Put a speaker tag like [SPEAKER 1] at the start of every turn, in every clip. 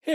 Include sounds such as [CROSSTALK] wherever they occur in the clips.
[SPEAKER 1] Hey,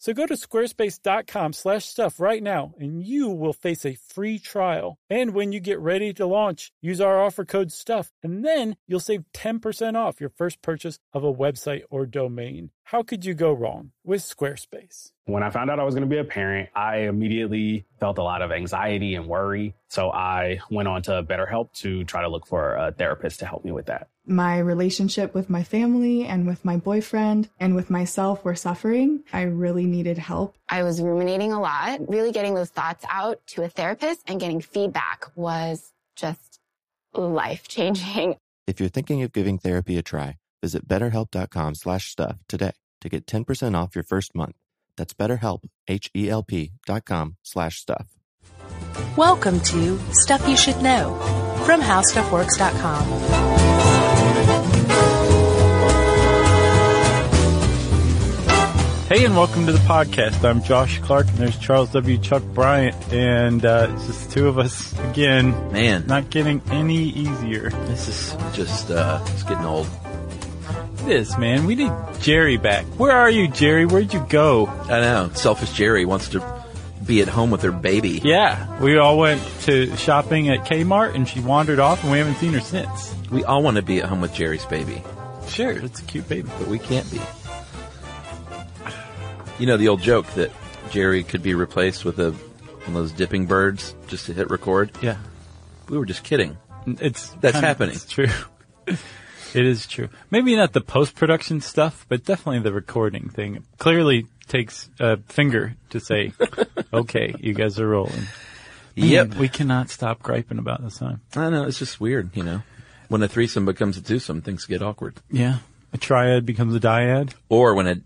[SPEAKER 1] So go to squarespace.com/stuff right now and you will face a free trial. And when you get ready to launch, use our offer code stuff and then you'll save 10% off your first purchase of a website or domain. How could you go wrong with Squarespace?
[SPEAKER 2] When I found out I was going to be a parent, I immediately felt a lot of anxiety and worry. So I went on to BetterHelp to try to look for a therapist to help me with that.
[SPEAKER 3] My relationship with my family and with my boyfriend and with myself were suffering. I really needed help.
[SPEAKER 4] I was ruminating a lot. Really getting those thoughts out to a therapist and getting feedback was just life changing.
[SPEAKER 5] If you're thinking of giving therapy a try, visit betterhelp.com slash stuff today to get 10% off your first month. That's betterhelp, H-E-L-P dot com slash stuff.
[SPEAKER 6] Welcome to Stuff You Should Know from HowStuffWorks.com.
[SPEAKER 1] Hey, and welcome to the podcast. I'm Josh Clark, and there's Charles W. Chuck Bryant, and uh, it's just two of us again.
[SPEAKER 7] Man.
[SPEAKER 1] not getting any easier.
[SPEAKER 7] This is just, uh, it's getting old.
[SPEAKER 1] This man, we need Jerry back. Where are you, Jerry? Where'd you go?
[SPEAKER 7] I know. Selfish Jerry wants to be at home with her baby.
[SPEAKER 1] Yeah, we all went to shopping at Kmart, and she wandered off, and we haven't seen her since.
[SPEAKER 7] We all want to be at home with Jerry's baby,
[SPEAKER 1] Sure, it's a cute baby.
[SPEAKER 7] but we can't be. You know the old joke that Jerry could be replaced with a one of those dipping birds just to hit record?
[SPEAKER 1] Yeah,
[SPEAKER 7] We were just kidding.
[SPEAKER 1] it's
[SPEAKER 7] That's
[SPEAKER 1] kinda-
[SPEAKER 7] happening.
[SPEAKER 1] It's [LAUGHS] true. it is true. Maybe not the post production stuff, but definitely the recording thing. Clearly takes a finger
[SPEAKER 7] [LAUGHS]
[SPEAKER 1] to say, "Okay, you guys are rolling."
[SPEAKER 7] Yep.
[SPEAKER 1] we cannot stop griping about this time.
[SPEAKER 7] I know. It's just weird, you know. When a threesome becomes a twosome, things get awkward.
[SPEAKER 1] Yeah, a triad becomes a dyad,
[SPEAKER 7] Or when a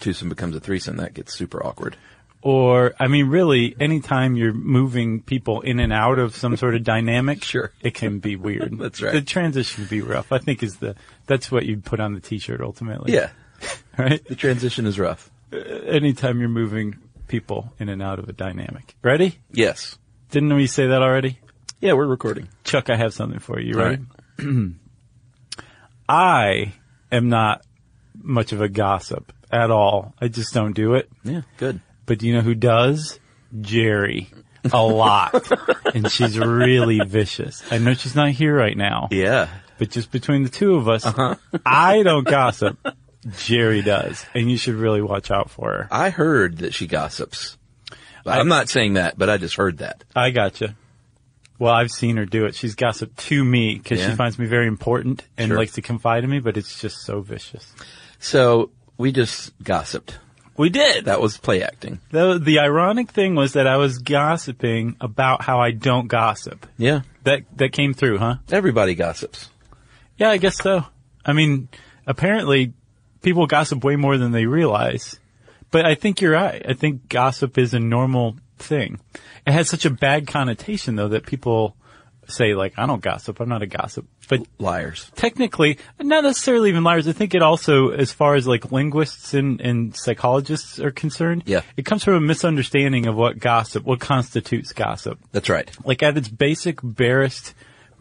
[SPEAKER 7] twosome becomes a threesome, that gets super awkward.
[SPEAKER 1] or I mean, really, anytime you're moving people in and out of some sort of
[SPEAKER 7] [LAUGHS]
[SPEAKER 1] dynamic,
[SPEAKER 7] Sure.
[SPEAKER 1] it can be
[SPEAKER 7] [LAUGHS]
[SPEAKER 1] weird.
[SPEAKER 7] That's right.
[SPEAKER 1] The transition can be rough. I think is the that's what you'd put on the t-shirt ultimately.
[SPEAKER 7] Yeah.
[SPEAKER 1] [LAUGHS] right. Uh,
[SPEAKER 7] The transition is rough.
[SPEAKER 1] anytime you're moving people in and out of a dynamic. Ready?
[SPEAKER 7] Yes.
[SPEAKER 1] Didn't we say that already?
[SPEAKER 7] Yeah, we're recording.
[SPEAKER 1] Chuck, I have something for you. You
[SPEAKER 7] All
[SPEAKER 1] ready? [CLEARS THROAT] I am not much of a gossip at all. I just don't do it.
[SPEAKER 7] Yeah, good.
[SPEAKER 1] But do you know who does? Jerry. A
[SPEAKER 7] [LAUGHS]
[SPEAKER 1] lot. and she's really vicious. I know she's not here right now,
[SPEAKER 7] Yeah. Uh-huh.
[SPEAKER 1] but just between the two of us, I don't gossip. Jerry does. And you should really watch out for her.
[SPEAKER 7] I heard that she gossips. I, am not saying that, but I just heard that.
[SPEAKER 1] I gotcha. Well, I've seen her do it. She's gossiped to me because she
[SPEAKER 7] Yeah.
[SPEAKER 1] finds me very important and
[SPEAKER 7] Sure.
[SPEAKER 1] likes to confide in me, but it's just so vicious.
[SPEAKER 7] So we just gossiped.
[SPEAKER 1] We did.
[SPEAKER 7] That was play acting.
[SPEAKER 1] The, the ironic thing was that I was gossiping about how I don't gossip.
[SPEAKER 7] Yeah.
[SPEAKER 1] That that came through, huh?
[SPEAKER 7] Everybody gossips.
[SPEAKER 1] Yeah, I guess so. I mean, apparently people gossip way more than they realize. But I think you're right. I think gossip is a normal thing. It has such a bad connotation though that people say like, I don't gossip. I'm not a gossip. But
[SPEAKER 7] Liars.
[SPEAKER 1] technically, not necessarily even liars. I think it also, as far as like linguists and, and psychologists are concerned,
[SPEAKER 7] Yeah.
[SPEAKER 1] it comes from a misunderstanding of what gossip, what constitutes gossip.
[SPEAKER 7] That's right.
[SPEAKER 1] Like at its basic, barest,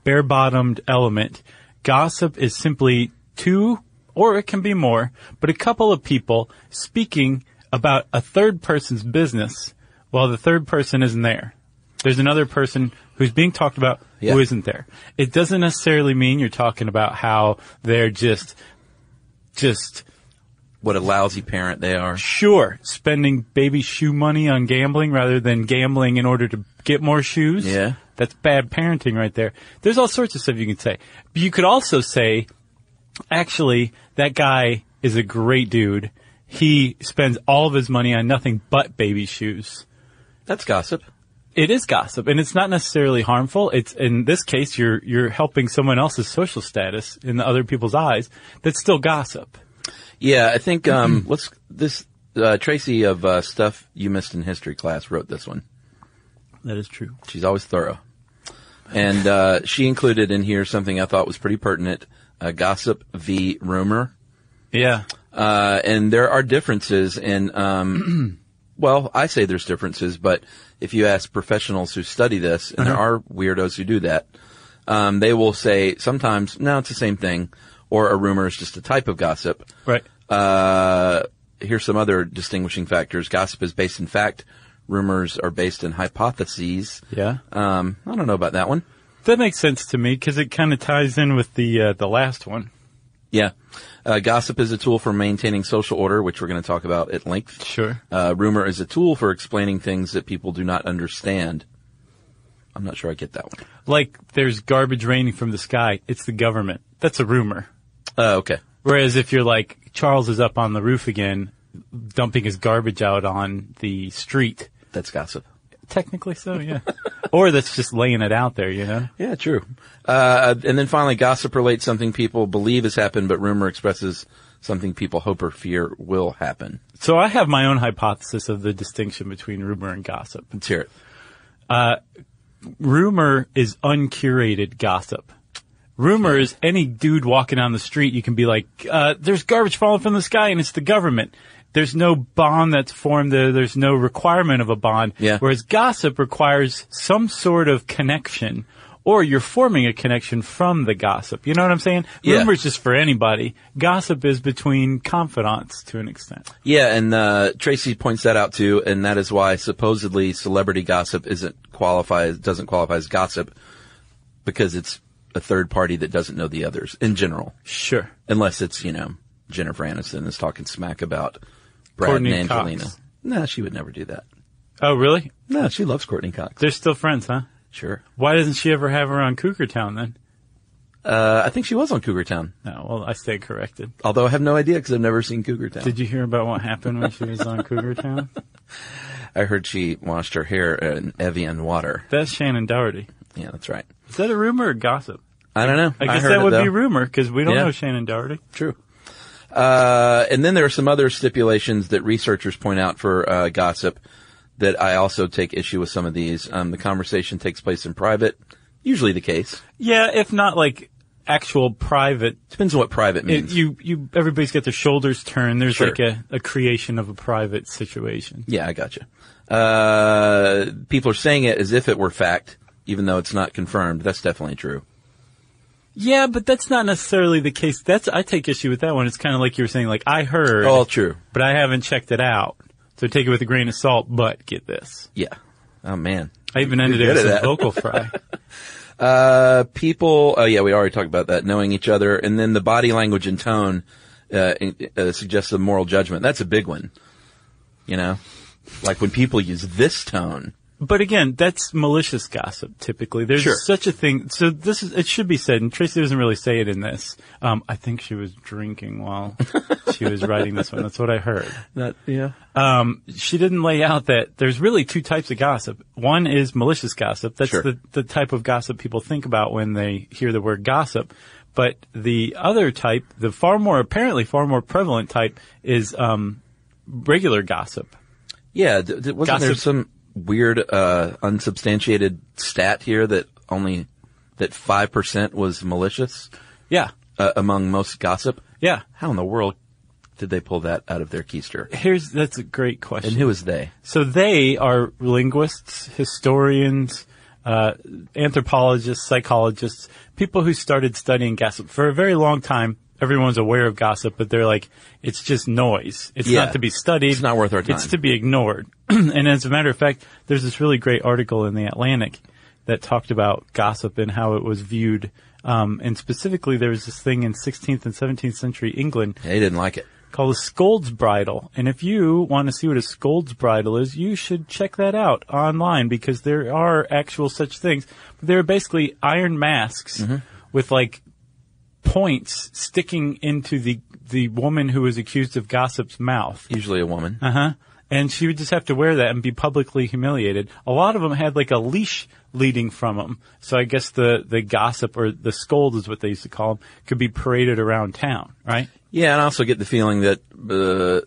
[SPEAKER 1] bare-bottomed element, gossip is simply two, or it can be more, but a couple of people speaking about a third person's business while the third person isn't there. There's another person who's being talked about
[SPEAKER 7] Yeah.
[SPEAKER 1] who isn't there. It doesn't necessarily mean you're talking about how they're just, just
[SPEAKER 7] What a lousy parent they are.
[SPEAKER 1] sure spending baby shoe money on gambling rather than gambling in order to get more shoes.
[SPEAKER 7] Yeah.
[SPEAKER 1] That's bad parenting right there. There's all sorts of stuff you can say. But you could also say, actually, that guy is a great dude. He spends all of his money on nothing but baby shoes
[SPEAKER 7] That's gossip.
[SPEAKER 1] it is gossip and it's not necessarily harmful. It's in this case you're you're helping someone else's social status in the other people's eyes. That's still gossip.
[SPEAKER 7] Yeah, I think, [CLEARS THROAT] um, let's, this, uh, Tracy of, uh, Stuff You Missed in History class wrote this one.
[SPEAKER 1] That is true.
[SPEAKER 7] She's always thorough. And, uh, she included in here something I thought was pretty pertinent. Uh, gossip v rumor.
[SPEAKER 1] Yeah.
[SPEAKER 7] Uh, and there are differences in, um, [CLEARS THROAT] well, I say there's differences, but if you ask professionals who study this, and there are weirdos who do that, um, they will say sometimes, no, it's the same thing, or a rumor is just a type of gossip.
[SPEAKER 1] Right.
[SPEAKER 7] Uh, here's some other distinguishing factors. Gossip is based in fact. Rumors are based in hypotheses.
[SPEAKER 1] Yeah.
[SPEAKER 7] Um, I don't know about that one.
[SPEAKER 1] That makes sense to me because it kind of ties in with the uh, the last one.
[SPEAKER 7] Yeah. Uh, gossip is a tool for maintaining social order, which we're going to talk about at length.
[SPEAKER 1] Sure.
[SPEAKER 7] Uh, rumor is a tool for explaining things that people do not understand. I'm not sure I get that one.
[SPEAKER 1] Like there's garbage raining from the sky. It's the government. That's a rumor.
[SPEAKER 7] Uh, okay.
[SPEAKER 1] Whereas if you're like Charles is up on the roof again, dumping his garbage out on the street,
[SPEAKER 7] That's gossip.
[SPEAKER 1] technically so, yeah. or that's just laying it out there, you know.
[SPEAKER 7] Yeah, true. Uh, and then finally, gossip relates something people believe has happened, but rumor expresses something people hope or fear will happen.
[SPEAKER 1] So I have my own hypothesis of the distinction between rumor and gossip.
[SPEAKER 7] Let's hear it.
[SPEAKER 1] rumor is uncurated gossip. Rumor is any dude walking down the street, you can be like, uh, there's garbage falling from the sky and it's the government. There's no bond that's formed there. There's no requirement of a bond.
[SPEAKER 7] Yeah.
[SPEAKER 1] Whereas gossip requires some sort of connection or you're forming a connection from the gossip. You know what I'm saying?
[SPEAKER 7] Yeah.
[SPEAKER 1] Rumor's just for anybody. Gossip is between confidants to an extent.
[SPEAKER 7] Yeah, and uh, Tracy points that out too, and that is why supposedly celebrity gossip isn't qualifies doesn't qualify as gossip because it's a third party that doesn't know the others in general,
[SPEAKER 1] Sure.
[SPEAKER 7] unless it's you know Jennifer Aniston is talking smack about Brad
[SPEAKER 1] Courtney
[SPEAKER 7] and Angelina.
[SPEAKER 1] Cox.
[SPEAKER 7] No, she would never do that.
[SPEAKER 1] Oh, really?
[SPEAKER 7] No, she loves Courtney Cox.
[SPEAKER 1] They're still friends, huh?
[SPEAKER 7] Sure,
[SPEAKER 1] Why doesn't she ever have her on Cougar Town then?
[SPEAKER 7] uh, I think she was on Cougar Town,
[SPEAKER 1] No, well, I stay corrected.
[SPEAKER 7] although I have no idea because I've never seen Cougar Town.
[SPEAKER 1] Did you hear about what happened when she
[SPEAKER 7] [LAUGHS]
[SPEAKER 1] was on Cougar Town?
[SPEAKER 7] I heard she washed her hair in Evian water.
[SPEAKER 1] That's Shannon Doherty.
[SPEAKER 7] Yeah, that's right.
[SPEAKER 1] Is that a rumor or gossip?
[SPEAKER 7] I don't know.
[SPEAKER 1] I guess
[SPEAKER 7] heard
[SPEAKER 1] that
[SPEAKER 7] it,
[SPEAKER 1] would be
[SPEAKER 7] though.
[SPEAKER 1] rumor because we don't
[SPEAKER 7] Yeah.
[SPEAKER 1] know Shannon Doherty.
[SPEAKER 7] True. Uh, and then there are some other stipulations that researchers point out for uh, gossip that I also take issue with some of these. Um, the conversation takes place in private, usually the case.
[SPEAKER 1] Yeah, if not like actual private,
[SPEAKER 7] Depends on what private
[SPEAKER 1] it,
[SPEAKER 7] means.
[SPEAKER 1] you you everybody's got their shoulders turned. There's
[SPEAKER 7] Sure.
[SPEAKER 1] like a, a creation of a private situation.
[SPEAKER 7] yeah, I gotcha. Uh, people are saying it as if it were fact, even though it's not confirmed. That's definitely true.
[SPEAKER 1] Yeah, but that's not necessarily the case. That's I take issue with that one. It's kind of like you were saying, like I heard,
[SPEAKER 7] All true.
[SPEAKER 1] but I haven't checked it out. So take it with a grain of salt. But get this,
[SPEAKER 7] Yeah. Oh man.
[SPEAKER 1] I even ended it
[SPEAKER 7] good at
[SPEAKER 1] with some
[SPEAKER 7] that. [LAUGHS]
[SPEAKER 1] vocal fry.
[SPEAKER 7] Uh, people, oh yeah, we already talked about that, knowing each other, and then the body language and tone, uh, in- uh suggests a moral judgment. That's a big one. You know? Like when people use this tone.
[SPEAKER 1] But again, that's malicious gossip. Typically, there's
[SPEAKER 7] Sure.
[SPEAKER 1] such a thing. So this is it should be said, and Tracy doesn't really say it in this. Um, I think she was drinking
[SPEAKER 7] [LAUGHS]
[SPEAKER 1] while she was writing this one. That's what I heard.
[SPEAKER 7] That, yeah.
[SPEAKER 1] Um, she didn't lay out that there's really two types of gossip. One is malicious gossip. That's
[SPEAKER 7] Sure.
[SPEAKER 1] the the type of gossip people think about when they hear the word gossip. But the other type, the far more apparently far more prevalent type, is um, regular gossip.
[SPEAKER 7] Yeah, d- d- wasn't there
[SPEAKER 1] Gossip.
[SPEAKER 7] some weird, uh, unsubstantiated stat here that only, that 5% was malicious,
[SPEAKER 1] Yeah,
[SPEAKER 7] uh, among most gossip?
[SPEAKER 1] yeah.
[SPEAKER 7] How in the world did they pull that out of their keister?
[SPEAKER 1] Here's that's a great question.
[SPEAKER 7] And who is they?
[SPEAKER 1] So they are linguists, historians, uh, anthropologists, psychologists, people who started studying gossip for a very long time. Everyone's aware of gossip, but they're like, it's just noise. It's
[SPEAKER 7] Yeah.
[SPEAKER 1] not to be studied.
[SPEAKER 7] It's not worth our time.
[SPEAKER 1] It's to be ignored. [CLEARS THROAT] and as a matter of fact, there's this really great article in the Atlantic that talked about gossip and how it was viewed. Um, and specifically, there was this thing in 16th and 17th century England
[SPEAKER 7] They didn't like it.
[SPEAKER 1] called a scold's bridle. And if you want to see what a scold's bridle is, you should check that out online because there are actual such things. But they're basically iron masks with like points sticking into the the woman who is accused of gossip's mouth.
[SPEAKER 7] Usually a woman.
[SPEAKER 1] Uh huh. And she would just have to wear that and be publicly humiliated. A lot of them had like a leash leading from them. So I guess the, the gossip or the scold is what they used to call them could be paraded around town, right?
[SPEAKER 7] Yeah, and I also get the feeling that uh,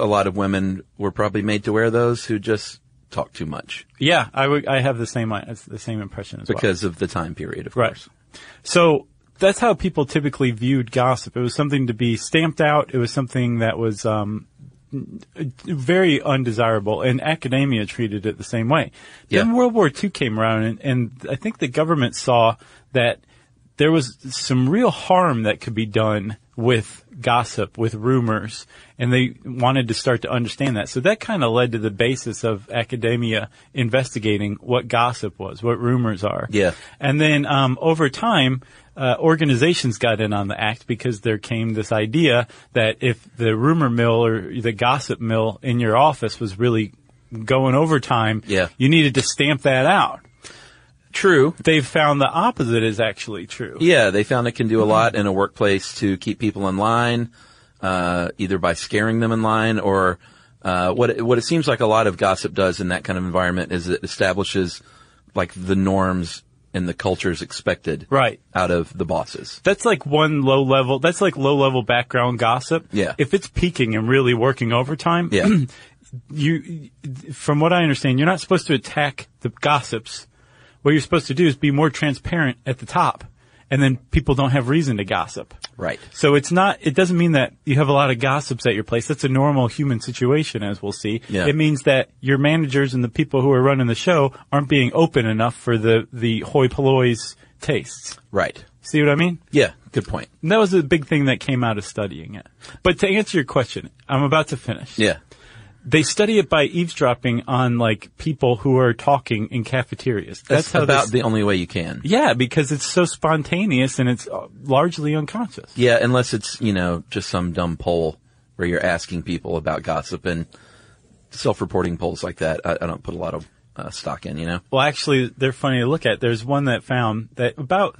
[SPEAKER 7] a lot of women were probably made to wear those who just talk too much
[SPEAKER 1] Yeah, I would. I have the same uh, the same impression as well.
[SPEAKER 7] because of the time period, of
[SPEAKER 1] Right.
[SPEAKER 7] course.
[SPEAKER 1] So that's how people typically viewed gossip. It was something to be stamped out. It was something that was um, very undesirable, and academia treated it the same way. Then
[SPEAKER 7] Yeah.
[SPEAKER 1] World War II came around, and, and I think the government saw that there was some real harm that could be done with gossip, with rumors, and they wanted to start to understand that. So that kind of led to the basis of academia investigating what gossip was, what rumors are.
[SPEAKER 7] Yeah.
[SPEAKER 1] And then um, over time, uh, organizations got in on the act because there came this idea that if the rumor mill or the gossip mill in your office was really going overtime,
[SPEAKER 7] Yeah.
[SPEAKER 1] you needed to stamp that out.
[SPEAKER 7] True.
[SPEAKER 1] They've found the opposite is actually true.
[SPEAKER 7] Yeah, they found it can
[SPEAKER 1] Mm-hmm.
[SPEAKER 7] do a lot in a workplace to keep people in line, uh, either by scaring them in line or uh, what it, what it seems like a lot of gossip does in that kind of environment is it establishes like the norms and the cultures expected
[SPEAKER 1] Right.
[SPEAKER 7] out of the bosses.
[SPEAKER 1] That's like one low level. That's like low level background gossip.
[SPEAKER 7] Yeah.
[SPEAKER 1] If it's peaking and really working
[SPEAKER 7] [CLEARS THROAT]
[SPEAKER 1] overtime, [CLEARS THROAT]
[SPEAKER 7] Yeah,
[SPEAKER 1] you, from what I understand, you're not supposed to attack the gossips. What you're supposed to do is be more transparent at the top, and then people don't have reason to gossip.
[SPEAKER 7] right.
[SPEAKER 1] So it's not. It doesn't mean that you have a lot of gossips at your place. That's a normal human situation, as we'll see.
[SPEAKER 7] Yeah.
[SPEAKER 1] It means that your managers and the people who are running the show aren't being open enough for the the hoi polloi's tastes.
[SPEAKER 7] Right.
[SPEAKER 1] See what I mean?
[SPEAKER 7] Yeah. Good point.
[SPEAKER 1] And that was the big thing that came out of studying it. But to answer your question, I'm about to finish.
[SPEAKER 7] Yeah.
[SPEAKER 1] They study it by eavesdropping on like people who are talking in cafeterias.
[SPEAKER 7] That's,
[SPEAKER 1] how
[SPEAKER 7] about
[SPEAKER 1] this-
[SPEAKER 7] the only way you can.
[SPEAKER 1] yeah, because it's so spontaneous and it's uh, largely unconscious.
[SPEAKER 7] Yeah, unless it's, you know, just some dumb poll where you're asking people about gossip and self-reporting polls like that. I, I don't put a lot of uh, stock in, you know?
[SPEAKER 1] Well, actually, they're funny to look at. There's one that found that about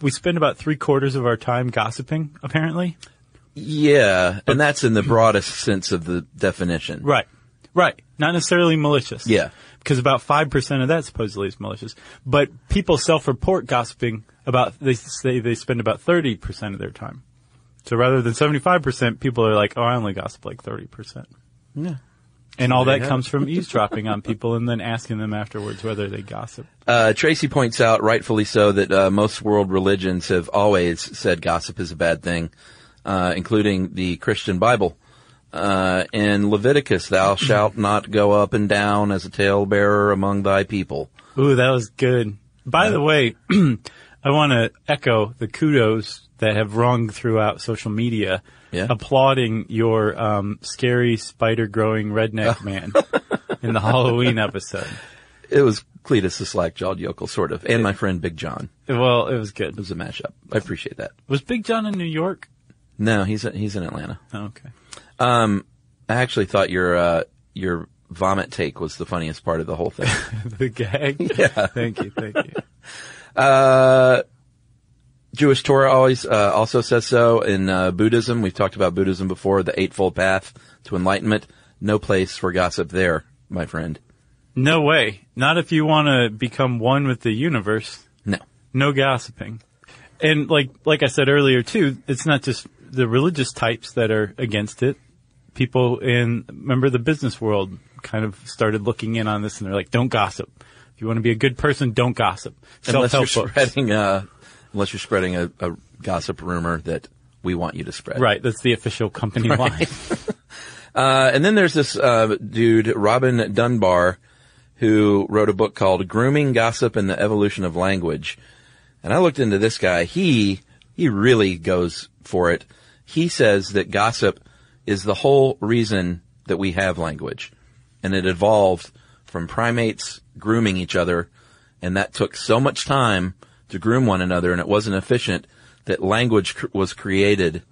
[SPEAKER 1] we spend about three quarters of our time gossiping, apparently.
[SPEAKER 7] Yeah, and that's in the broadest sense of the definition.
[SPEAKER 1] Right. Right. Not necessarily malicious.
[SPEAKER 7] Yeah.
[SPEAKER 1] Because about 5% of that supposedly is malicious. But people self-report gossiping about, they say they spend about 30% of their time. So rather than 75%, people are like, oh, I only gossip like 30%. Yeah. And all that comes from eavesdropping on people and then asking them afterwards whether they gossip.
[SPEAKER 7] Uh, Tracy points out, rightfully so, that uh, most world religions have always said gossip is a bad thing, uh, including the Christian Bible. Uh, in Leviticus, thou shalt not go up and down as a talebearer among thy people.
[SPEAKER 1] Ooh, that was good. By the way, [CLEARS THROAT] I want to echo the kudos that have rung throughout social media,
[SPEAKER 7] Yeah.
[SPEAKER 1] applauding your um, scary spider
[SPEAKER 7] [LAUGHS]
[SPEAKER 1] growing redneck man in the Halloween episode.
[SPEAKER 7] It was Cletus the slack-jawed yokel, sort of, and my friend Big John.
[SPEAKER 1] Well, it was
[SPEAKER 7] It
[SPEAKER 1] good.
[SPEAKER 7] was a mashup. I appreciate that.
[SPEAKER 1] Was Big John in New York?
[SPEAKER 7] No, he's he's in Atlanta.
[SPEAKER 1] Oh, okay. [LAUGHS]
[SPEAKER 7] Um, I actually thought your uh, your vomit take was the funniest part of the whole thing.
[SPEAKER 1] the gag. Yeah. Thank you. Thank you.
[SPEAKER 7] Uh, Jewish Torah always uh, also says so. In uh, Buddhism, we've talked about Buddhism before, the Eightfold Path to Enlightenment. No place for gossip there, my friend.
[SPEAKER 1] No way. Not if you want to become one with the universe.
[SPEAKER 7] No.
[SPEAKER 1] No gossiping. And like like I said earlier too, it's not just the religious types that are against it. People in remember the business world kind of started looking in on this and they're like, don't gossip. If you want to be a good person, don't gossip.
[SPEAKER 7] Unless you're
[SPEAKER 1] Self-help books.
[SPEAKER 7] spreading, uh, unless you're spreading a, a gossip rumor that we want you to spread.
[SPEAKER 1] Right, that's the
[SPEAKER 7] [LAUGHS]
[SPEAKER 1] official company line.
[SPEAKER 7] Uh, and then there's this uh, dude, Robin Dunbar, who wrote a book called "Grooming Gossip and the Evolution of Language." And I looked into this guy. He he really goes for it. He says that gossip is the whole reason that we have language, and it evolved from primates grooming each other, and that took so much time to groom one another, and it wasn't efficient that language cr- was created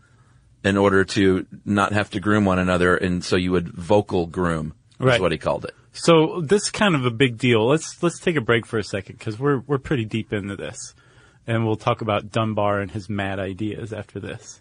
[SPEAKER 7] in order to not have to groom one another, and so you would vocal groom. Is
[SPEAKER 1] Right.
[SPEAKER 7] what he called it.
[SPEAKER 1] So this is kind of a big deal. Let's let's take a break for a second because we're we're pretty deep into this, and we'll talk about Dunbar and his mad ideas after this.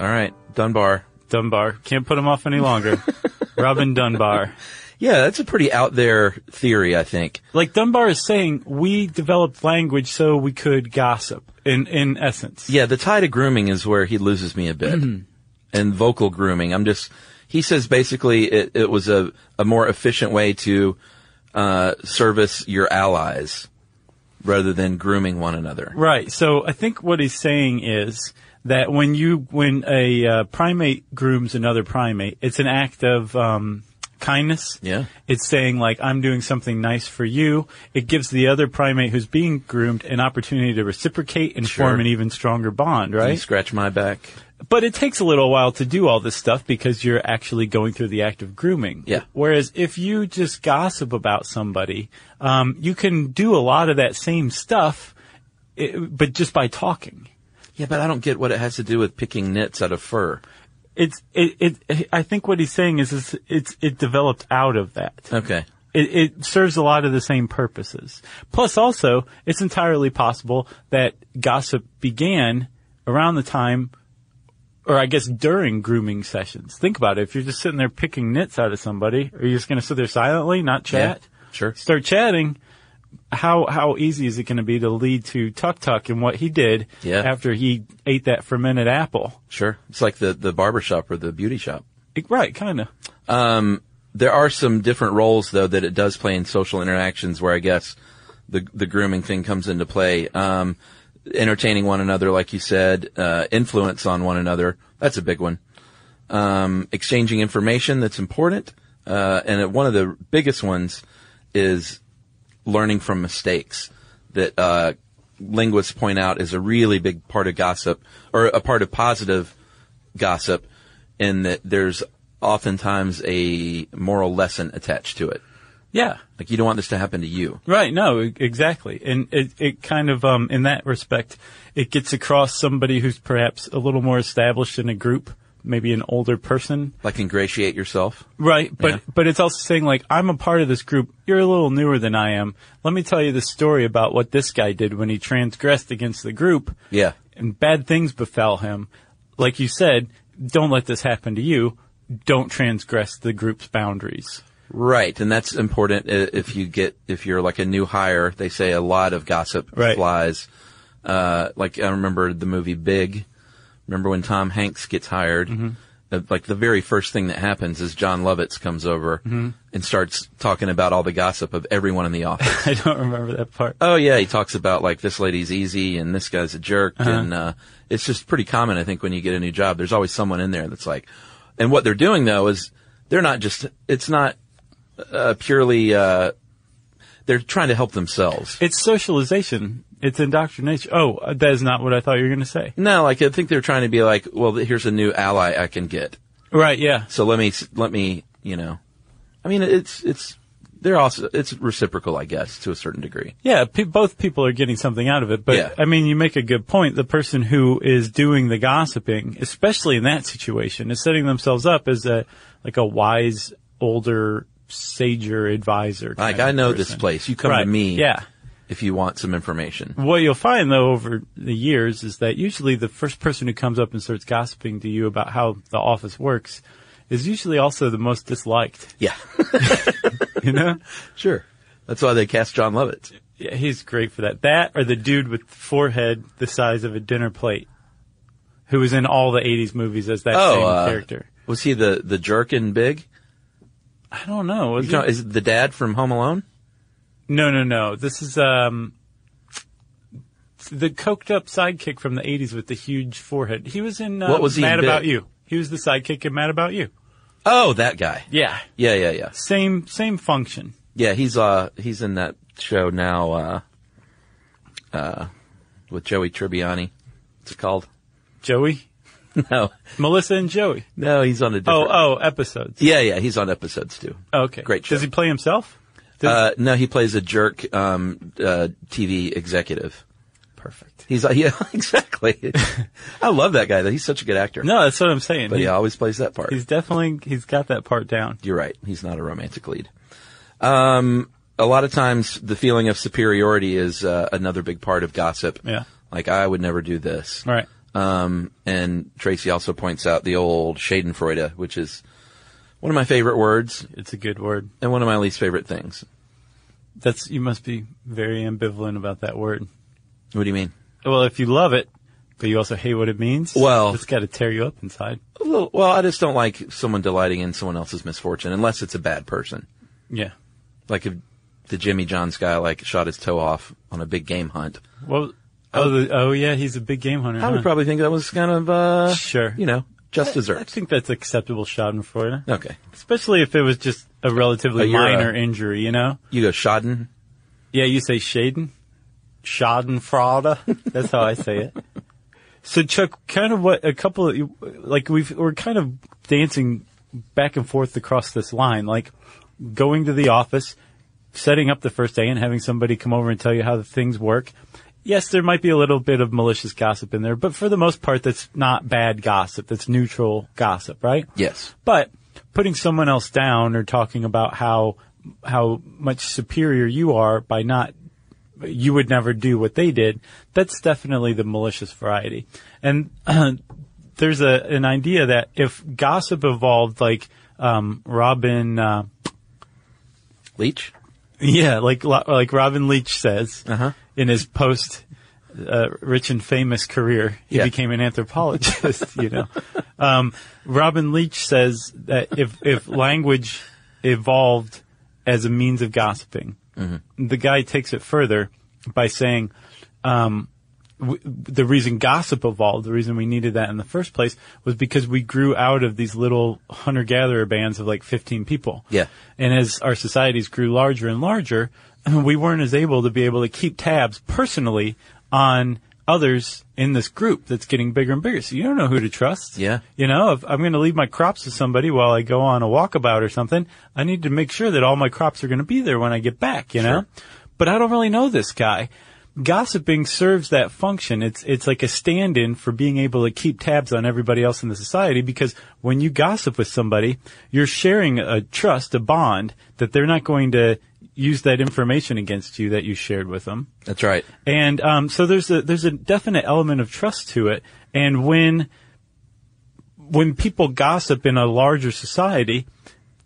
[SPEAKER 7] All right, Dunbar.
[SPEAKER 1] Dunbar. Can't put him off
[SPEAKER 7] [LAUGHS]
[SPEAKER 1] any longer. Robin Dunbar.
[SPEAKER 7] Yeah, that's a pretty out there theory, I think.
[SPEAKER 1] Like Dunbar is saying, we developed language so we could gossip. In in essence,
[SPEAKER 7] Yeah, the tide of grooming is where he loses me a bit. and vocal grooming, I'm just, he says basically it, it was a, a more efficient way to uh, service your allies rather than grooming one another.
[SPEAKER 1] right. So I think what he's saying is that when you when a uh, primate grooms another primate, it's an act of um, kindness.
[SPEAKER 7] Yeah.
[SPEAKER 1] It's saying like I'm doing something nice for you. It gives the other primate who's being groomed an opportunity to reciprocate and
[SPEAKER 7] Sure.
[SPEAKER 1] form an even stronger bond.
[SPEAKER 7] Can
[SPEAKER 1] Right.
[SPEAKER 7] You scratch my back.
[SPEAKER 1] But it takes a little while to do all this stuff because you're actually going through the act of grooming.
[SPEAKER 7] Yeah.
[SPEAKER 1] Whereas if you just gossip about somebody, um, you can do a lot of that same stuff, i but just by talking.
[SPEAKER 7] Yeah, but I don't get what it has to do with picking nits out of fur.
[SPEAKER 1] It's it, it I think what he's saying is, is it's it developed out of that.
[SPEAKER 7] Okay.
[SPEAKER 1] It, it serves a lot of the same purposes. Plus, also, it's entirely possible that gossip began around the time, or I guess during grooming sessions. Think about it. If you're just sitting there picking nits out of somebody, are you just going to sit there silently, not chat?
[SPEAKER 7] Yeah, sure.
[SPEAKER 1] Start chatting. How how easy is it going to be to lead to Tuck Tuck and what he did
[SPEAKER 7] Yeah.
[SPEAKER 1] after he ate that fermented apple?
[SPEAKER 7] Sure. It's like the, the barber shop or the beauty shop.
[SPEAKER 1] It- right, kind of.
[SPEAKER 7] Um, there are some different roles though that it does play in social interactions where I guess the the grooming thing comes into play. Um, entertaining one another, like you said, uh, influence on one another. That's a big one. Um, exchanging information that's important, uh, and it- one of the biggest ones is learning from mistakes that uh, linguists point out is a really big part of gossip or a part of positive gossip in that there's oftentimes a moral lesson attached to it.
[SPEAKER 1] Yeah.
[SPEAKER 7] Like you don't want this to happen to you.
[SPEAKER 1] Right. No, e- exactly. And it, it kind of, um, in that respect, it gets across somebody who's perhaps a little more established in a group, maybe an older person.
[SPEAKER 7] Like ingratiate yourself.
[SPEAKER 1] Right. But,
[SPEAKER 7] Yeah.
[SPEAKER 1] but it's also saying like, I'm a part of this group. You're a little newer than I am. Let me tell you the story about what this guy did when he transgressed against the group
[SPEAKER 7] Yeah.
[SPEAKER 1] and bad things befell him. Like you said, don't let this happen to you. Don't transgress the group's boundaries. [LAUGHS]
[SPEAKER 7] Right. And that's important i- if you get, if you're like a new hire, they say a lot of gossip
[SPEAKER 1] Right.
[SPEAKER 7] flies. Uh, like I remember the movie Big. Remember when Tom Hanks gets hired? The- like the very first thing that happens is John Lovitz comes over and starts talking about all the gossip of everyone in the office.
[SPEAKER 1] I don't remember that part.
[SPEAKER 7] Oh yeah, he talks about like this lady's easy and this guy's a jerk, and uh, it's just pretty common, I think, when you get a new job. There's always someone in there that's like, and what they're doing though is they're not just, it's not uh, purely, uh, they're trying to help themselves.
[SPEAKER 1] It's socialization. It's indoctrination. Oh, uh, that is not what I thought you were going to say.
[SPEAKER 7] No, like I think they're trying to be like, well, th- here's a new ally I can get.
[SPEAKER 1] Right? Yeah.
[SPEAKER 7] So let me s- let me you know, I mean it's it's they're also it's reciprocal I guess to a certain degree.
[SPEAKER 1] Yeah, pe- both people are getting something out of it, but
[SPEAKER 7] Yeah.
[SPEAKER 1] I mean, you make a good point. The person who is doing the gossiping, especially in that situation, is setting themselves up as a like a wise older sager advisor.
[SPEAKER 7] Like
[SPEAKER 1] kind of
[SPEAKER 7] I know this
[SPEAKER 1] person.
[SPEAKER 7] place. You come
[SPEAKER 1] Right.
[SPEAKER 7] to me
[SPEAKER 1] Yeah.
[SPEAKER 7] if you want some information.
[SPEAKER 1] What you'll find though over the years is that usually the first person who comes up and starts gossiping to you about how the office works is usually also the most disliked. [LAUGHS]
[SPEAKER 7] Yeah, [LAUGHS]
[SPEAKER 1] You know,
[SPEAKER 7] sure. That's why they cast John Lovitz.
[SPEAKER 1] yeah, he's great for that. That or the dude with the forehead the size of a dinner plate, who was in all the '80s movies as that
[SPEAKER 7] Oh,
[SPEAKER 1] same
[SPEAKER 7] uh,
[SPEAKER 1] character.
[SPEAKER 7] Was he the the jerk in Big?
[SPEAKER 1] I don't know. Was
[SPEAKER 7] You
[SPEAKER 1] he-
[SPEAKER 7] know, is it the dad from Home Alone?
[SPEAKER 1] No, no, no. This is um the coked up sidekick from the '80s with the huge forehead. He was in uh,
[SPEAKER 7] What was he in
[SPEAKER 1] Mad About
[SPEAKER 7] Big?
[SPEAKER 1] You. He was the sidekick in Mad About You.
[SPEAKER 7] Oh, that guy.
[SPEAKER 1] Yeah.
[SPEAKER 7] Yeah, yeah, yeah.
[SPEAKER 1] Same same function.
[SPEAKER 7] Yeah, he's uh he's in that show now uh uh with Joey Tribbiani. What's it called? [LAUGHS]
[SPEAKER 1] Joey,
[SPEAKER 7] No.
[SPEAKER 1] Melissa, and Joey.
[SPEAKER 7] No, he's on a
[SPEAKER 1] Oh,
[SPEAKER 7] different
[SPEAKER 1] oh, episodes.
[SPEAKER 7] Yeah, yeah, he's on episodes too.
[SPEAKER 1] Okay,
[SPEAKER 7] Great
[SPEAKER 1] Does
[SPEAKER 7] show.
[SPEAKER 1] he play himself? Does-
[SPEAKER 7] Uh no, he plays a jerk um uh TV executive.
[SPEAKER 1] Perfect.
[SPEAKER 7] He's [LAUGHS] uh, yeah,
[SPEAKER 1] [LAUGHS]
[SPEAKER 7] exactly. I love that guy though. He's such a good actor.
[SPEAKER 1] No, that's what I'm saying.
[SPEAKER 7] But
[SPEAKER 1] He-
[SPEAKER 7] he always plays that part.
[SPEAKER 1] he's definitely he's got that part down.
[SPEAKER 7] You're right. He's not a romantic lead. Um, a lot of times the feeling of superiority is uh, another big part of gossip.
[SPEAKER 1] Yeah.
[SPEAKER 7] Like I would never do this.
[SPEAKER 1] All right.
[SPEAKER 7] Um, and Tracy also points out the old Schadenfreude, which is one of my favorite words
[SPEAKER 1] It's a good word.
[SPEAKER 7] and one of my least favorite things.
[SPEAKER 1] That's you must be very ambivalent about that word.
[SPEAKER 7] What do you mean?
[SPEAKER 1] Well, if you love it, but you also hate what it means,
[SPEAKER 7] Well-
[SPEAKER 1] it's got to tear you up inside.
[SPEAKER 7] A little- Well, I just don't like someone delighting in someone else's misfortune unless it's a bad person.
[SPEAKER 1] Yeah.
[SPEAKER 7] Like if the Jimmy Johns guy like shot his toe off on a big game hunt,
[SPEAKER 1] Well, oh, the, oh yeah, he's a big game hunter.
[SPEAKER 7] I would
[SPEAKER 1] huh?
[SPEAKER 7] probably think that was kind of uh,
[SPEAKER 1] Sure.
[SPEAKER 7] you know, just
[SPEAKER 1] I
[SPEAKER 7] desserts.
[SPEAKER 1] think that's acceptable Schadenfreude,
[SPEAKER 7] Okay.
[SPEAKER 1] especially if it was just a relatively
[SPEAKER 7] Oh, you're, uh,
[SPEAKER 1] minor injury. You know.
[SPEAKER 7] You go Schaden.
[SPEAKER 1] Yeah, you say Shaden. Schadenfreude. That's how I say it. So Chuck, kind of what a couple of, like we've, we're kind of dancing back and forth across this line, like going to the office, setting up the first day and having somebody come over and tell you how the things work. Yes, there might be a little bit of malicious gossip in there, but for the most part, that's not bad gossip. That's neutral gossip, right?
[SPEAKER 7] Yes.
[SPEAKER 1] But putting someone else down or talking about how how much superior you are by not you would never do what they did, that's definitely the malicious variety. And [CLEARS THROAT] there's a an idea that if gossip evolved like um, Robin uh,
[SPEAKER 7] Leech?
[SPEAKER 1] yeah, like like Robin Leach says
[SPEAKER 7] Uh-huh.
[SPEAKER 1] in his post uh, rich and famous career, he
[SPEAKER 7] Yeah.
[SPEAKER 1] became an anthropologist. [LAUGHS] you know, um, Robin Leach says that if if language evolved as a means of gossiping,
[SPEAKER 7] Mm-hmm.
[SPEAKER 1] the guy takes it further by saying. Um, w- the reason gossip evolved, the reason we needed that in the first place was because we grew out of these little hunter-gatherer bands of like 15 people.
[SPEAKER 7] Yeah.
[SPEAKER 1] And as our societies grew larger and larger, [CLEARS THROAT] we weren't as able to be able to keep tabs personally on others in this group that's getting bigger and bigger. So you don't know who to trust.
[SPEAKER 7] Yeah.
[SPEAKER 1] You know, if I'm going to leave my crops to somebody while I go on a walkabout or something, I need to make sure that all my crops are going to be there when I get back, you know? But I don't really know this guy. Gossiping serves that function. It's, it's like a stand-in for being able to keep tabs on everybody else in the society because when you gossip with somebody, you're sharing a trust, a bond that they're not going to use that information against you that you shared with them.
[SPEAKER 7] That's right.
[SPEAKER 1] And um, so there's a there's a definite element of trust to it. And when when people gossip in a larger society,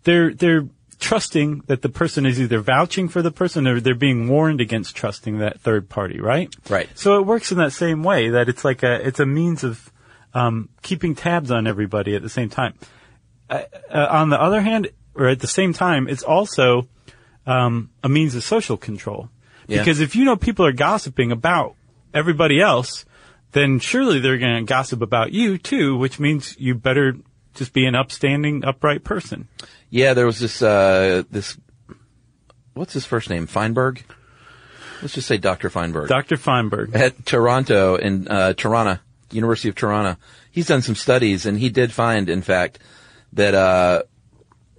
[SPEAKER 1] they're they're trusting that the person is either vouching for the person or they're being warned against trusting that third party, right?
[SPEAKER 7] Right.
[SPEAKER 1] So it works in that same way that it's like a it's a means of um, keeping tabs on everybody at the same time. Uh, uh, on the other hand, or at the same time, it's also um, a means of social control.
[SPEAKER 7] Yeah.
[SPEAKER 1] Because if you know people are gossiping about everybody else, then surely they're going to gossip about you too, which means you better just be an upstanding, upright person.
[SPEAKER 7] Yeah, there was this, uh, this, what's his first name? Feinberg? Let's just say Dr. Feinberg.
[SPEAKER 1] Dr. Feinberg.
[SPEAKER 7] at Toronto in uh, Toronto, University of Toronto. He's done some studies, and he did find, in fact, that uh,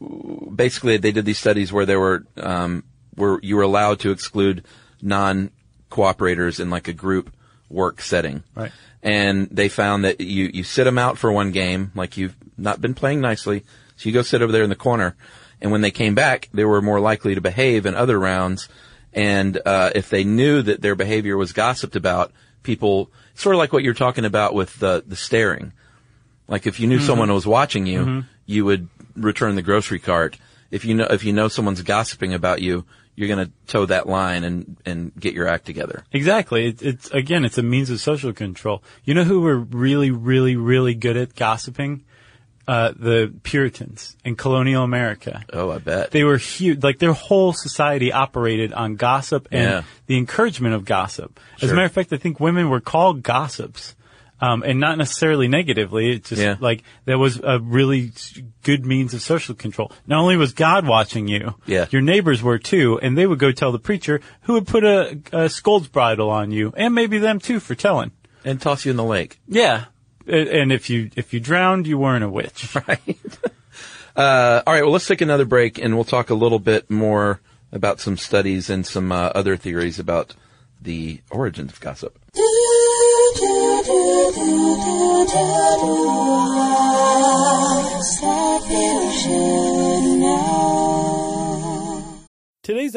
[SPEAKER 7] basically they did these studies where there were um, where you were allowed to exclude non cooperators in like a group work setting.
[SPEAKER 1] Right.
[SPEAKER 7] And they found that you you sit them out for one game, like you've not been playing nicely, so you go sit over there in the corner. And when they came back, they were more likely to behave in other rounds. And uh, if they knew that their behavior was gossiped about, people sort of like what you're talking about with the the staring. Like if you knew someone was watching you, you would return the grocery cart. If you know if you know someone's gossiping about you, you're gonna toe that line and and get your act together.
[SPEAKER 1] Exactly. It, it's again, it's a means of social control. You know who were really, really, really good at gossiping? Uh, the Puritans in colonial America.
[SPEAKER 7] Oh, I bet.
[SPEAKER 1] They were huge. Like their whole society operated on gossip and
[SPEAKER 7] Yeah.
[SPEAKER 1] the encouragement of gossip. As a
[SPEAKER 7] Sure.
[SPEAKER 1] matter of fact, I think women were called gossips. Um, and not necessarily negatively. It's just
[SPEAKER 7] Yeah.
[SPEAKER 1] like that was a really s- good means of social control. Not only was God watching you,
[SPEAKER 7] Yeah.
[SPEAKER 1] your neighbors were too, and they would go tell the preacher, who would put a, a scold's bridle on you, and maybe them too for telling.
[SPEAKER 7] and toss you in the lake.
[SPEAKER 1] Yeah, and if you if you drowned, you weren't a witch.
[SPEAKER 7] [LAUGHS] Uh, all right. Well, let's take another break, and we'll talk a little bit more about some studies and some uh, other theories about the origins of gossip.
[SPEAKER 8] Today's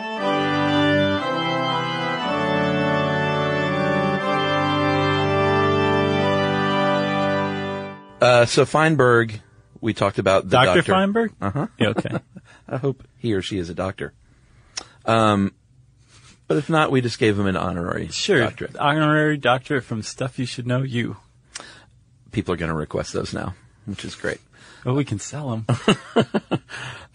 [SPEAKER 7] Uh, so Feinberg, we talked about the
[SPEAKER 1] Doctor
[SPEAKER 7] doctor.
[SPEAKER 1] Feinberg.
[SPEAKER 7] Uh huh.
[SPEAKER 1] Yeah,
[SPEAKER 7] [LAUGHS]
[SPEAKER 1] okay.
[SPEAKER 7] I hope he or she is a doctor. Um, but if not, we just gave him an honorary
[SPEAKER 1] Sure.
[SPEAKER 7] doctorate.
[SPEAKER 1] Honorary doctorate from stuff you should know. You.
[SPEAKER 7] People are going to request those now, which is great.
[SPEAKER 1] Oh, we can sell
[SPEAKER 7] [LAUGHS]
[SPEAKER 1] them.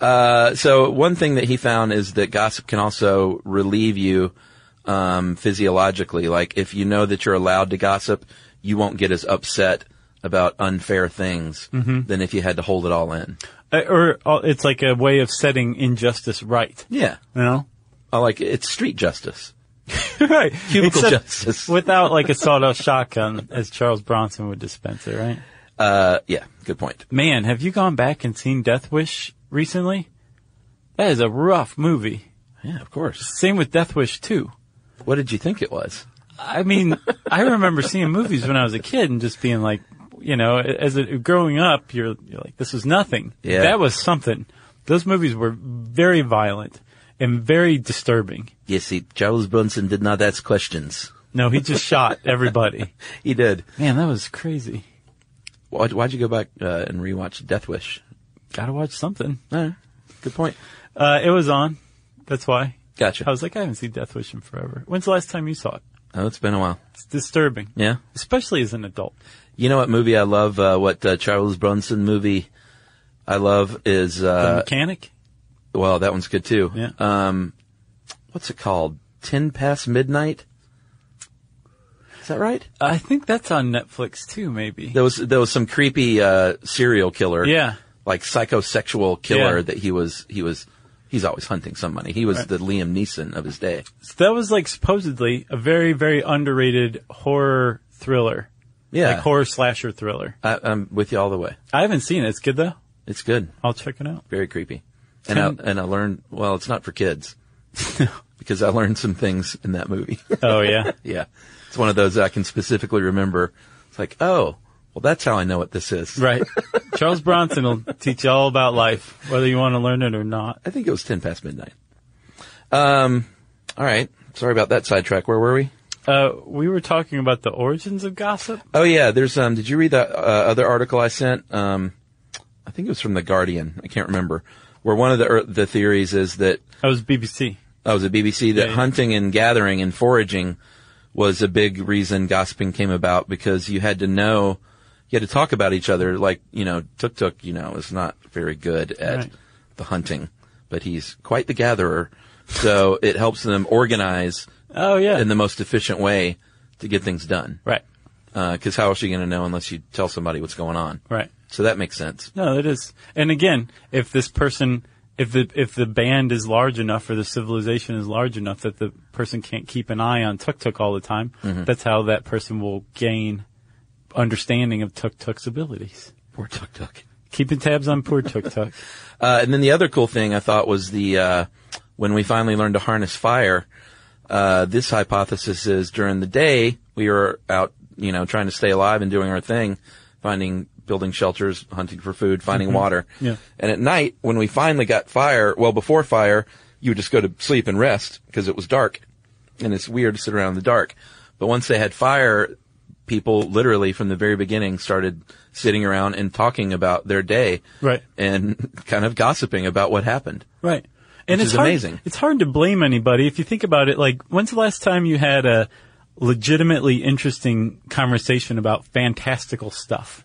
[SPEAKER 7] Uh, so one thing that he found is that gossip can also relieve you um, physiologically. Like if you know that you're allowed to gossip, you won't get as upset about unfair things than if you had to hold it all in.
[SPEAKER 1] or uh, it's like a way of setting injustice right.
[SPEAKER 7] Yeah,
[SPEAKER 1] You know. [LAUGHS]
[SPEAKER 7] I like it's street justice.
[SPEAKER 1] right.
[SPEAKER 7] [LAUGHS] Cubicle
[SPEAKER 1] Except
[SPEAKER 7] justice. [LAUGHS]
[SPEAKER 1] Without like a sawed-off shotgun, as Charles Bronson would dispense it, right?
[SPEAKER 7] Uh, yeah, good point.
[SPEAKER 1] Man, have you gone back and seen Death Wish recently? That is a rough movie.
[SPEAKER 7] Yeah, of course.
[SPEAKER 1] Same with Death Wish 2.
[SPEAKER 7] What did you think it was?
[SPEAKER 1] I mean, I remember seeing movies when I was a kid and just being like, you know, as a, growing up, you're, you're like, this was nothing.
[SPEAKER 7] Yeah.
[SPEAKER 1] That was something. Those movies were very violent and very disturbing.
[SPEAKER 7] You see, Charles Bronson did not ask questions.
[SPEAKER 1] No, he
[SPEAKER 7] [LAUGHS]
[SPEAKER 1] just shot everybody.
[SPEAKER 7] He did.
[SPEAKER 1] Man, that was crazy.
[SPEAKER 7] Why'd, why'd you go back uh, and rewatch Death Wish?
[SPEAKER 1] Gotta watch something.
[SPEAKER 7] Uh, good point.
[SPEAKER 1] Uh, it was on. That's why.
[SPEAKER 7] Gotcha.
[SPEAKER 1] I was like, I haven't seen Death Wish in forever. When's the last time you saw it?
[SPEAKER 7] Oh, it's been a while.
[SPEAKER 1] It's disturbing.
[SPEAKER 7] Yeah.
[SPEAKER 1] Especially as an adult.
[SPEAKER 7] You know what movie I love? Uh, what uh, Charles Bronson movie I love is
[SPEAKER 1] The
[SPEAKER 7] uh,
[SPEAKER 1] mechanic.
[SPEAKER 7] well, that one's good too.
[SPEAKER 1] Yeah.
[SPEAKER 7] Um, what's it called? Ten past midnight. Is that right?
[SPEAKER 1] I think that's on Netflix too. Maybe.
[SPEAKER 7] There was there was some creepy uh, serial killer.
[SPEAKER 1] Yeah.
[SPEAKER 7] Like psychosexual killer
[SPEAKER 1] Yeah.
[SPEAKER 7] that he was he was he's always hunting somebody. He was the Liam Neeson of his day.
[SPEAKER 1] So that was like supposedly a very very underrated horror thriller,
[SPEAKER 7] Yeah.
[SPEAKER 1] like horror slasher thriller.
[SPEAKER 7] I, I'm with you all the way.
[SPEAKER 1] I haven't seen it. It's good though.
[SPEAKER 7] It's good.
[SPEAKER 1] I'll check it out.
[SPEAKER 7] Very creepy. And I, and I learned well, it's not for kids [LAUGHS] because I learned some things in that movie.
[SPEAKER 1] Oh yeah.
[SPEAKER 7] yeah. It's one of those I can specifically remember. It's like, oh, well, that's how I know what this is.
[SPEAKER 1] [LAUGHS] Right. Charles Bronson will teach you all about life, whether you want to learn it or not.
[SPEAKER 7] I think it was 10 past midnight. Um, all right. Sorry about that sidetrack. Where were we?
[SPEAKER 1] Uh, we were talking about the origins of gossip.
[SPEAKER 7] Oh yeah, there's um. Did you read that uh, other article I sent? Um, I think it was from the Guardian. I can't remember. Where one of the er, the theories is that
[SPEAKER 1] That was BBC.
[SPEAKER 7] oh, it was a BBC that
[SPEAKER 1] Yeah, yeah.
[SPEAKER 7] hunting and gathering and foraging was a big reason gossiping came about because you had to know you had to talk about each other. Like you know, Tuk Tuk, you know, is not very good at
[SPEAKER 1] Right.
[SPEAKER 7] the hunting, but he's quite the gatherer. So [LAUGHS] it helps them organize
[SPEAKER 1] Oh yeah.
[SPEAKER 7] in the most efficient way to get things done
[SPEAKER 1] right.
[SPEAKER 7] because how else are you going to know unless you tell somebody what's going on?
[SPEAKER 1] Right.
[SPEAKER 7] So that makes sense.
[SPEAKER 1] No, it is. And again, if this person, if the if the band is large enough or the civilization is large enough that the person can't keep an eye on Tuk Tuk all the time,
[SPEAKER 7] Mm-hmm.
[SPEAKER 1] that's how that person will gain understanding of Tuk Tuk's abilities.
[SPEAKER 7] Poor Tuk Tuk.
[SPEAKER 1] Keeping tabs on poor
[SPEAKER 7] [LAUGHS]
[SPEAKER 1] Tuk Tuk.
[SPEAKER 7] Uh, and then the other cool thing I thought was the uh, when we finally learned to harness fire. Uh, this hypothesis is during the day we were out, you know, trying to stay alive and doing our thing, finding, building shelters, hunting for food, finding water.
[SPEAKER 1] Yeah.
[SPEAKER 7] And at night, when we finally got fire, well, before fire, you would just go to sleep and rest because it was dark, and it's weird to sit around in the dark. But once they had fire, people literally from the very beginning started sitting around and talking about their day
[SPEAKER 1] Right.
[SPEAKER 7] and [LAUGHS] kind of gossiping about what happened.
[SPEAKER 1] Right. And
[SPEAKER 7] Which
[SPEAKER 1] it's
[SPEAKER 7] is
[SPEAKER 1] hard,
[SPEAKER 7] amazing.
[SPEAKER 1] It's hard to blame anybody if you think about it. Like, when's the last time you had a legitimately interesting conversation about fantastical stuff?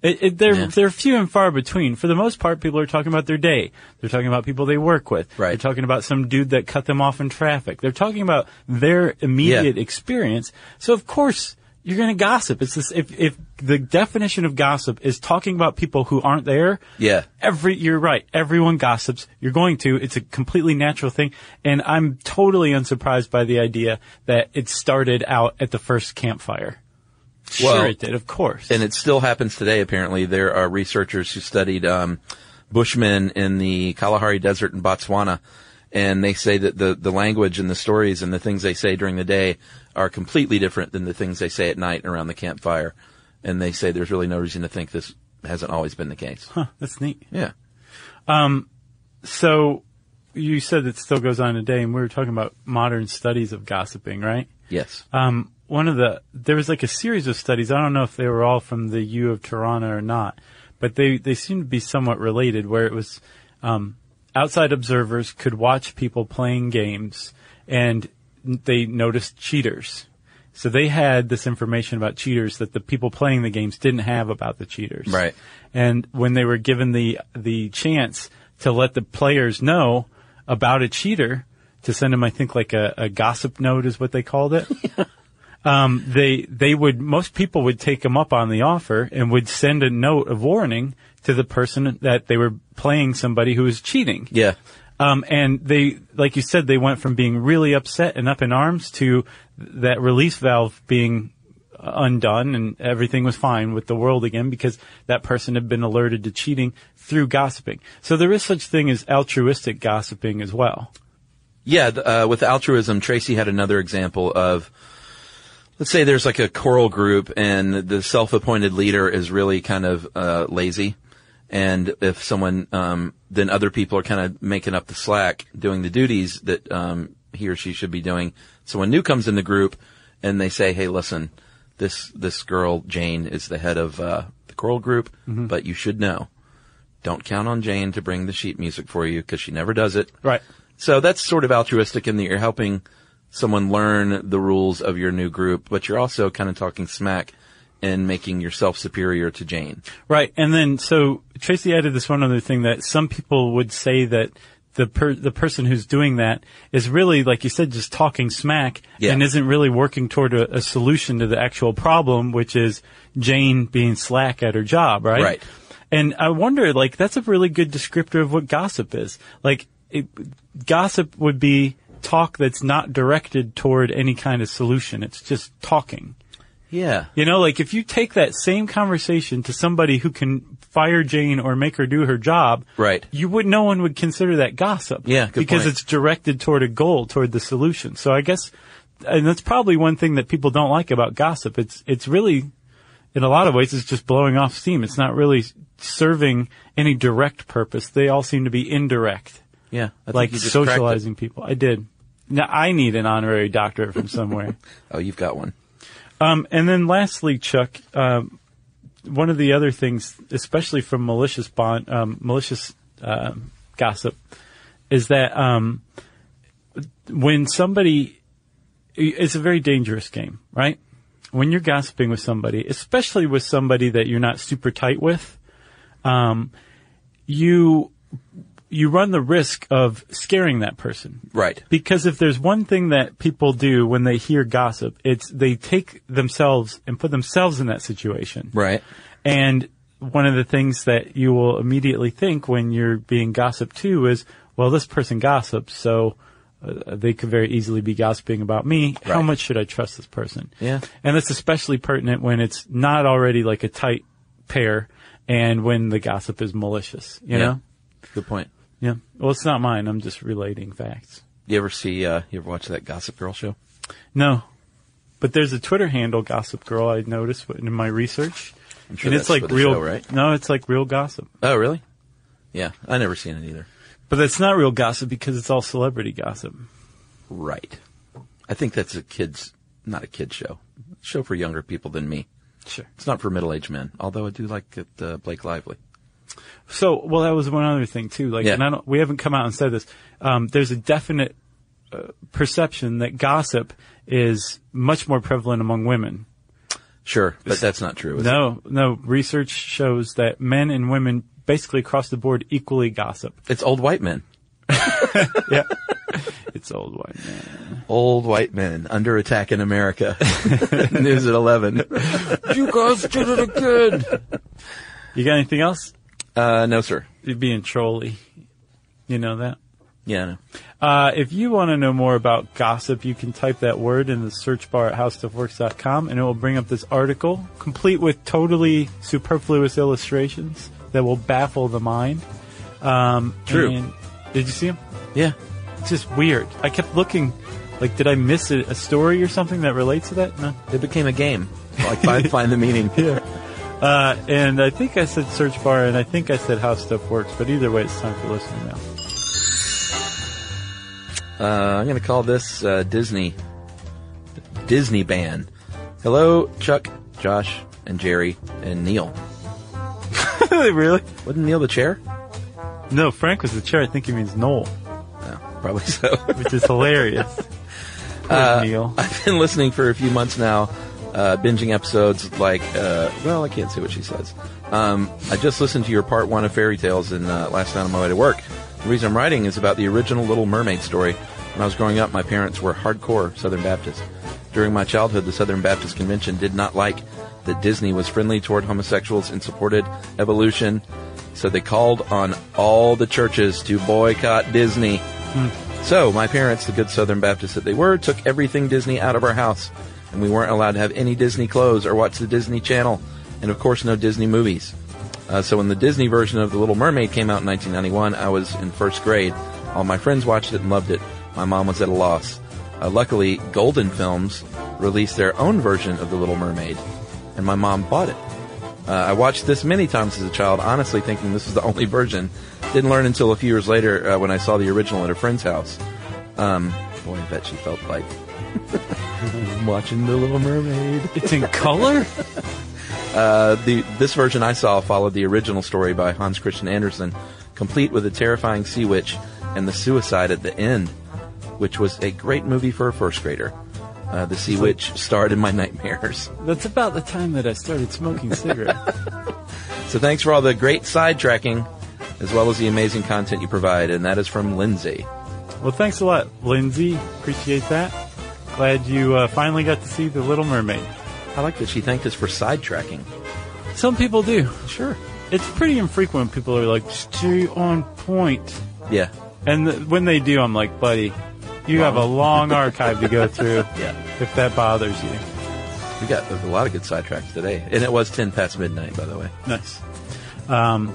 [SPEAKER 1] It, it, they're
[SPEAKER 7] Yeah.
[SPEAKER 1] they're few and far between. For the most part, people are talking about their day. They're talking about people they work with.
[SPEAKER 7] Right.
[SPEAKER 1] They're talking about some dude that cut them off in traffic. They're talking about their immediate experience. So of course you're going to gossip. It's this if if the definition of gossip is talking about people who aren't there.
[SPEAKER 7] Yeah.
[SPEAKER 1] Every, you're right. Everyone gossips. You're going to. It's a completely natural thing. And I'm totally unsurprised by the idea that it started out at the first campfire.
[SPEAKER 7] Well,
[SPEAKER 1] sure it did, of course.
[SPEAKER 7] And it still happens today, apparently. There are researchers who studied um, Bushmen in the Kalahari Desert in Botswana, and they say that the, the language and the stories and the things they say during the day are completely different than the things they say at night around the campfire. And they say there's really no reason to think this hasn't always been the case.
[SPEAKER 1] huh, that's neat.
[SPEAKER 7] Yeah.
[SPEAKER 1] So you said it still goes on today and we were talking about modern studies of gossiping, right?
[SPEAKER 7] Yes.
[SPEAKER 1] Um, one of the, there was like a series of studies. I don't know if they were all from the U of Toronto or not, but they, they seemed to be somewhat related where it was, um, outside observers could watch people playing games and they noticed cheaters. So they had this information about cheaters that the people playing the games didn't have about the cheaters.
[SPEAKER 7] Right.
[SPEAKER 1] And when they were given the, the chance to let the players know about a cheater, to send them, I think like a, a gossip note is what they called it. Um, they, they would, most people would take them up on the offer and would send a note of warning to the person that they were playing somebody who was cheating.
[SPEAKER 7] yeah.
[SPEAKER 1] Um, and they, like you said, they went from being really upset and up in arms to that release valve being undone and everything was fine with the world again because that person had been alerted to cheating through gossiping. So there is such thing as altruistic gossiping as well.
[SPEAKER 7] Yeah, th- uh, with altruism, Tracy had another example of, let's say there's like a choral group and the self-appointed leader is really kind of, uh, lazy. And if someone, um, then other people are kind of making up the slack, doing the duties that, um, he or she should be doing. So when new comes in the group and they say, Hey, listen, this, this girl, Jane, is the head of, uh, the choral group, but you should know. Don't count on Jane to bring the sheet music for you because she never does it.
[SPEAKER 1] Right.
[SPEAKER 7] So that's sort of altruistic in that you're helping someone learn the rules of your new group, but you're also kind of talking smack in making yourself superior to Jane.
[SPEAKER 1] Right. And then, so Tracy added this one other thing that some people would say that the per- the person who's doing that is really, like you said, just talking smack
[SPEAKER 7] Yeah.
[SPEAKER 1] and isn't really working toward a, a solution to the actual problem, which is Jane being slack at her job, right?
[SPEAKER 7] Right.
[SPEAKER 1] And I wonder, like, that's a really good descriptor of what gossip is. Like, it, gossip would be talk that's not directed toward any kind of solution. It's just talking.
[SPEAKER 7] Yeah.
[SPEAKER 1] You know, like if you take that same conversation to somebody who can fire Jane or make her do her job,
[SPEAKER 7] Right.
[SPEAKER 1] You would no one would consider that gossip.
[SPEAKER 7] Yeah, good
[SPEAKER 1] because
[SPEAKER 7] point.
[SPEAKER 1] it's directed toward a goal, toward the solution. So I guess, and that's probably one thing that people don't like about gossip. It's it's really, in a lot of ways, it's just blowing off steam. It's not really serving any direct purpose. They all seem to be indirect,
[SPEAKER 7] Yeah. I think
[SPEAKER 1] like
[SPEAKER 7] you just cracked it.
[SPEAKER 1] socializing people. I did. Now I need an honorary doctorate from somewhere.
[SPEAKER 7] Oh, you've got one.
[SPEAKER 1] Um, and then lastly, Chuck, um, one of the other things, especially from malicious bond, um, malicious um gossip, is that um, when somebody, it's a very dangerous game, right? When you're gossiping with somebody, especially with somebody that you're not super tight with, um, you you run the risk of scaring that person,
[SPEAKER 7] Right.
[SPEAKER 1] because if there's one thing that people do when they hear gossip, it's they take themselves and put themselves in that situation.
[SPEAKER 7] Right.
[SPEAKER 1] And one of the things that you will immediately think when you're being gossiped to is, well, this person gossips, so uh, they could very easily be gossiping about me. How
[SPEAKER 7] Right.
[SPEAKER 1] much should I trust this person?
[SPEAKER 7] Yeah.
[SPEAKER 1] And that's especially pertinent when it's not already like a tight pair and when the gossip is malicious, you
[SPEAKER 7] yeah.
[SPEAKER 1] know?
[SPEAKER 7] Good point.
[SPEAKER 1] Yeah. Well, it's not mine. I'm just relating facts.
[SPEAKER 7] You ever see, uh, you ever watch that Gossip Girl show?
[SPEAKER 1] No. But there's a Twitter handle, Gossip Girl, I noticed in my research.
[SPEAKER 7] I'm sure
[SPEAKER 1] and
[SPEAKER 7] that's
[SPEAKER 1] it's like
[SPEAKER 7] for the
[SPEAKER 1] real,
[SPEAKER 7] show, right?
[SPEAKER 1] No, it's like real gossip.
[SPEAKER 7] Oh, really? Yeah. I never seen it either.
[SPEAKER 1] But that's not real gossip because it's all celebrity gossip.
[SPEAKER 7] Right. I think that's a kid's, not a kid show. Show for younger people than me.
[SPEAKER 1] Sure.
[SPEAKER 7] It's not for middle-aged men, although I do like it, uh, Blake Lively.
[SPEAKER 1] So, well, that was one other thing too. Like,
[SPEAKER 7] Yeah.
[SPEAKER 1] and I don't, we haven't come out and said this. Um, there's a definite uh, perception that gossip is much more prevalent among women.
[SPEAKER 7] Sure, but that's not true. Is it?
[SPEAKER 1] No, no. Research shows that men and women basically across the board equally gossip.
[SPEAKER 7] It's old white men.
[SPEAKER 1] Yeah. [LAUGHS] it's old white man.
[SPEAKER 7] Old white men under attack in [LAUGHS] America. News at 11.
[SPEAKER 1] You guys did it again. You got anything else?
[SPEAKER 7] Uh, no, sir.
[SPEAKER 1] You're being trolly. You know that.
[SPEAKER 7] Yeah, no.
[SPEAKER 1] Uh, if you want to know more about gossip, you can type that word in the search bar at howstuffworks.com and it will bring up this article, complete with totally superfluous illustrations that will baffle the mind. Um,
[SPEAKER 7] True.
[SPEAKER 1] and- Did you see them?
[SPEAKER 7] Yeah.
[SPEAKER 1] It's just weird. I kept looking, like, did I miss a, a story or something that relates to that? No.
[SPEAKER 7] It became a game. Like, [LAUGHS] find, find the meaning.
[SPEAKER 1] Uh, and I think I said search bar, and I think I said how stuff works. But either way, it's time for listening now.
[SPEAKER 7] Uh, I'm going to call this uh, Disney. Disney ban. Hello, Chuck, Josh, and Jerry, and Neil.
[SPEAKER 1] [LAUGHS] really?
[SPEAKER 7] Wasn't Neil the chair?
[SPEAKER 1] No, Frank was the chair. I think he means Noel,
[SPEAKER 7] No, probably so.
[SPEAKER 1] which is hilarious. [LAUGHS] Poor
[SPEAKER 7] Uh,
[SPEAKER 1] Neil.
[SPEAKER 7] [LAUGHS] I've been listening for a few months now, uh, binging episodes like, uh, well, I can't say what she says. Um, I just listened to your part one of Fairy Tales and uh, last night on my way to work. The reason I'm writing is about the original Little Mermaid story. When I was growing up, my parents were hardcore Southern Baptists. During my childhood, the Southern Baptist Convention did not like that Disney was friendly toward homosexuals and supported evolution, so they called on all the churches to boycott Disney. So, my parents, the good Southern Baptists that they were, took everything Disney out of our house, and we weren't allowed to have any Disney clothes or watch the Disney Channel, and of course, no Disney movies. Uh, so, when the Disney version of The Little Mermaid came out in 1991, I was in first grade. All my friends watched it and loved it. My mom was at a loss. Uh, luckily, Golden Films released their own version of The Little Mermaid, and my mom bought it. Uh, I watched this many times as a child, honestly thinking this was the only version. Didn't learn until a few years later uh, when I saw the original at a friend's house. Um, boy, I bet she felt like [LAUGHS] watching The Little Mermaid.
[SPEAKER 1] It's in color.
[SPEAKER 7] Uh, the this version I saw followed the original story by Hans Christian Andersen, complete with a terrifying sea witch and the suicide at the end, which was a great movie for a first grader. Uh, the Sea Witch starred in my nightmares.
[SPEAKER 1] That's about the time that I started smoking cigarettes.
[SPEAKER 7] So thanks for all the great sidetracking, as well as the amazing content you provide. And that is from Lindsay.
[SPEAKER 1] well, thanks a lot, Lindsay. Appreciate that. Glad you uh, finally got to see The Little Mermaid.
[SPEAKER 7] I like that she thanked us for sidetracking.
[SPEAKER 1] Some people do.
[SPEAKER 7] Sure.
[SPEAKER 1] It's pretty infrequent. People are like, stay on point.
[SPEAKER 7] Yeah.
[SPEAKER 1] And th- when they do, I'm like, buddy, you have a long archive to go [LAUGHS] through
[SPEAKER 7] Yeah.
[SPEAKER 1] if that bothers you.
[SPEAKER 7] We got a lot of good sidetracks today. And it was 10 past midnight, by the way.
[SPEAKER 1] Nice. Um,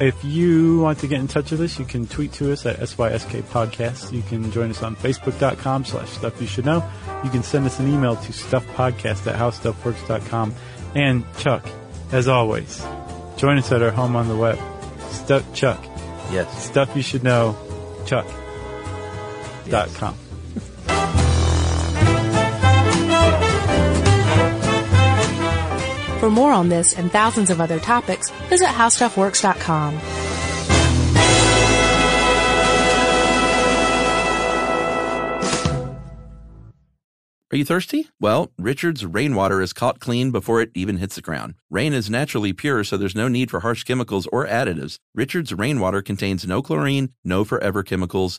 [SPEAKER 1] if you want to get in touch with us, you can tweet to us at SYSK Podcast. You can join us on Facebook.com slash Stuff You Should Know. You can send us an email to StuffPodcast at HowStuffWorks.com. And Chuck, as always, join us at our home on the web. Stuff Chuck,
[SPEAKER 7] Yes.
[SPEAKER 1] Stuff You Should Know, Chuck. Dot com.
[SPEAKER 6] For more on this and thousands of other topics, visit howstuffworks.com.
[SPEAKER 7] Are you thirsty? Well, Richard's rainwater is caught clean before it even hits the ground. Rain is naturally pure, so there's no need for harsh chemicals or additives. Richard's rainwater contains no chlorine, no forever chemicals,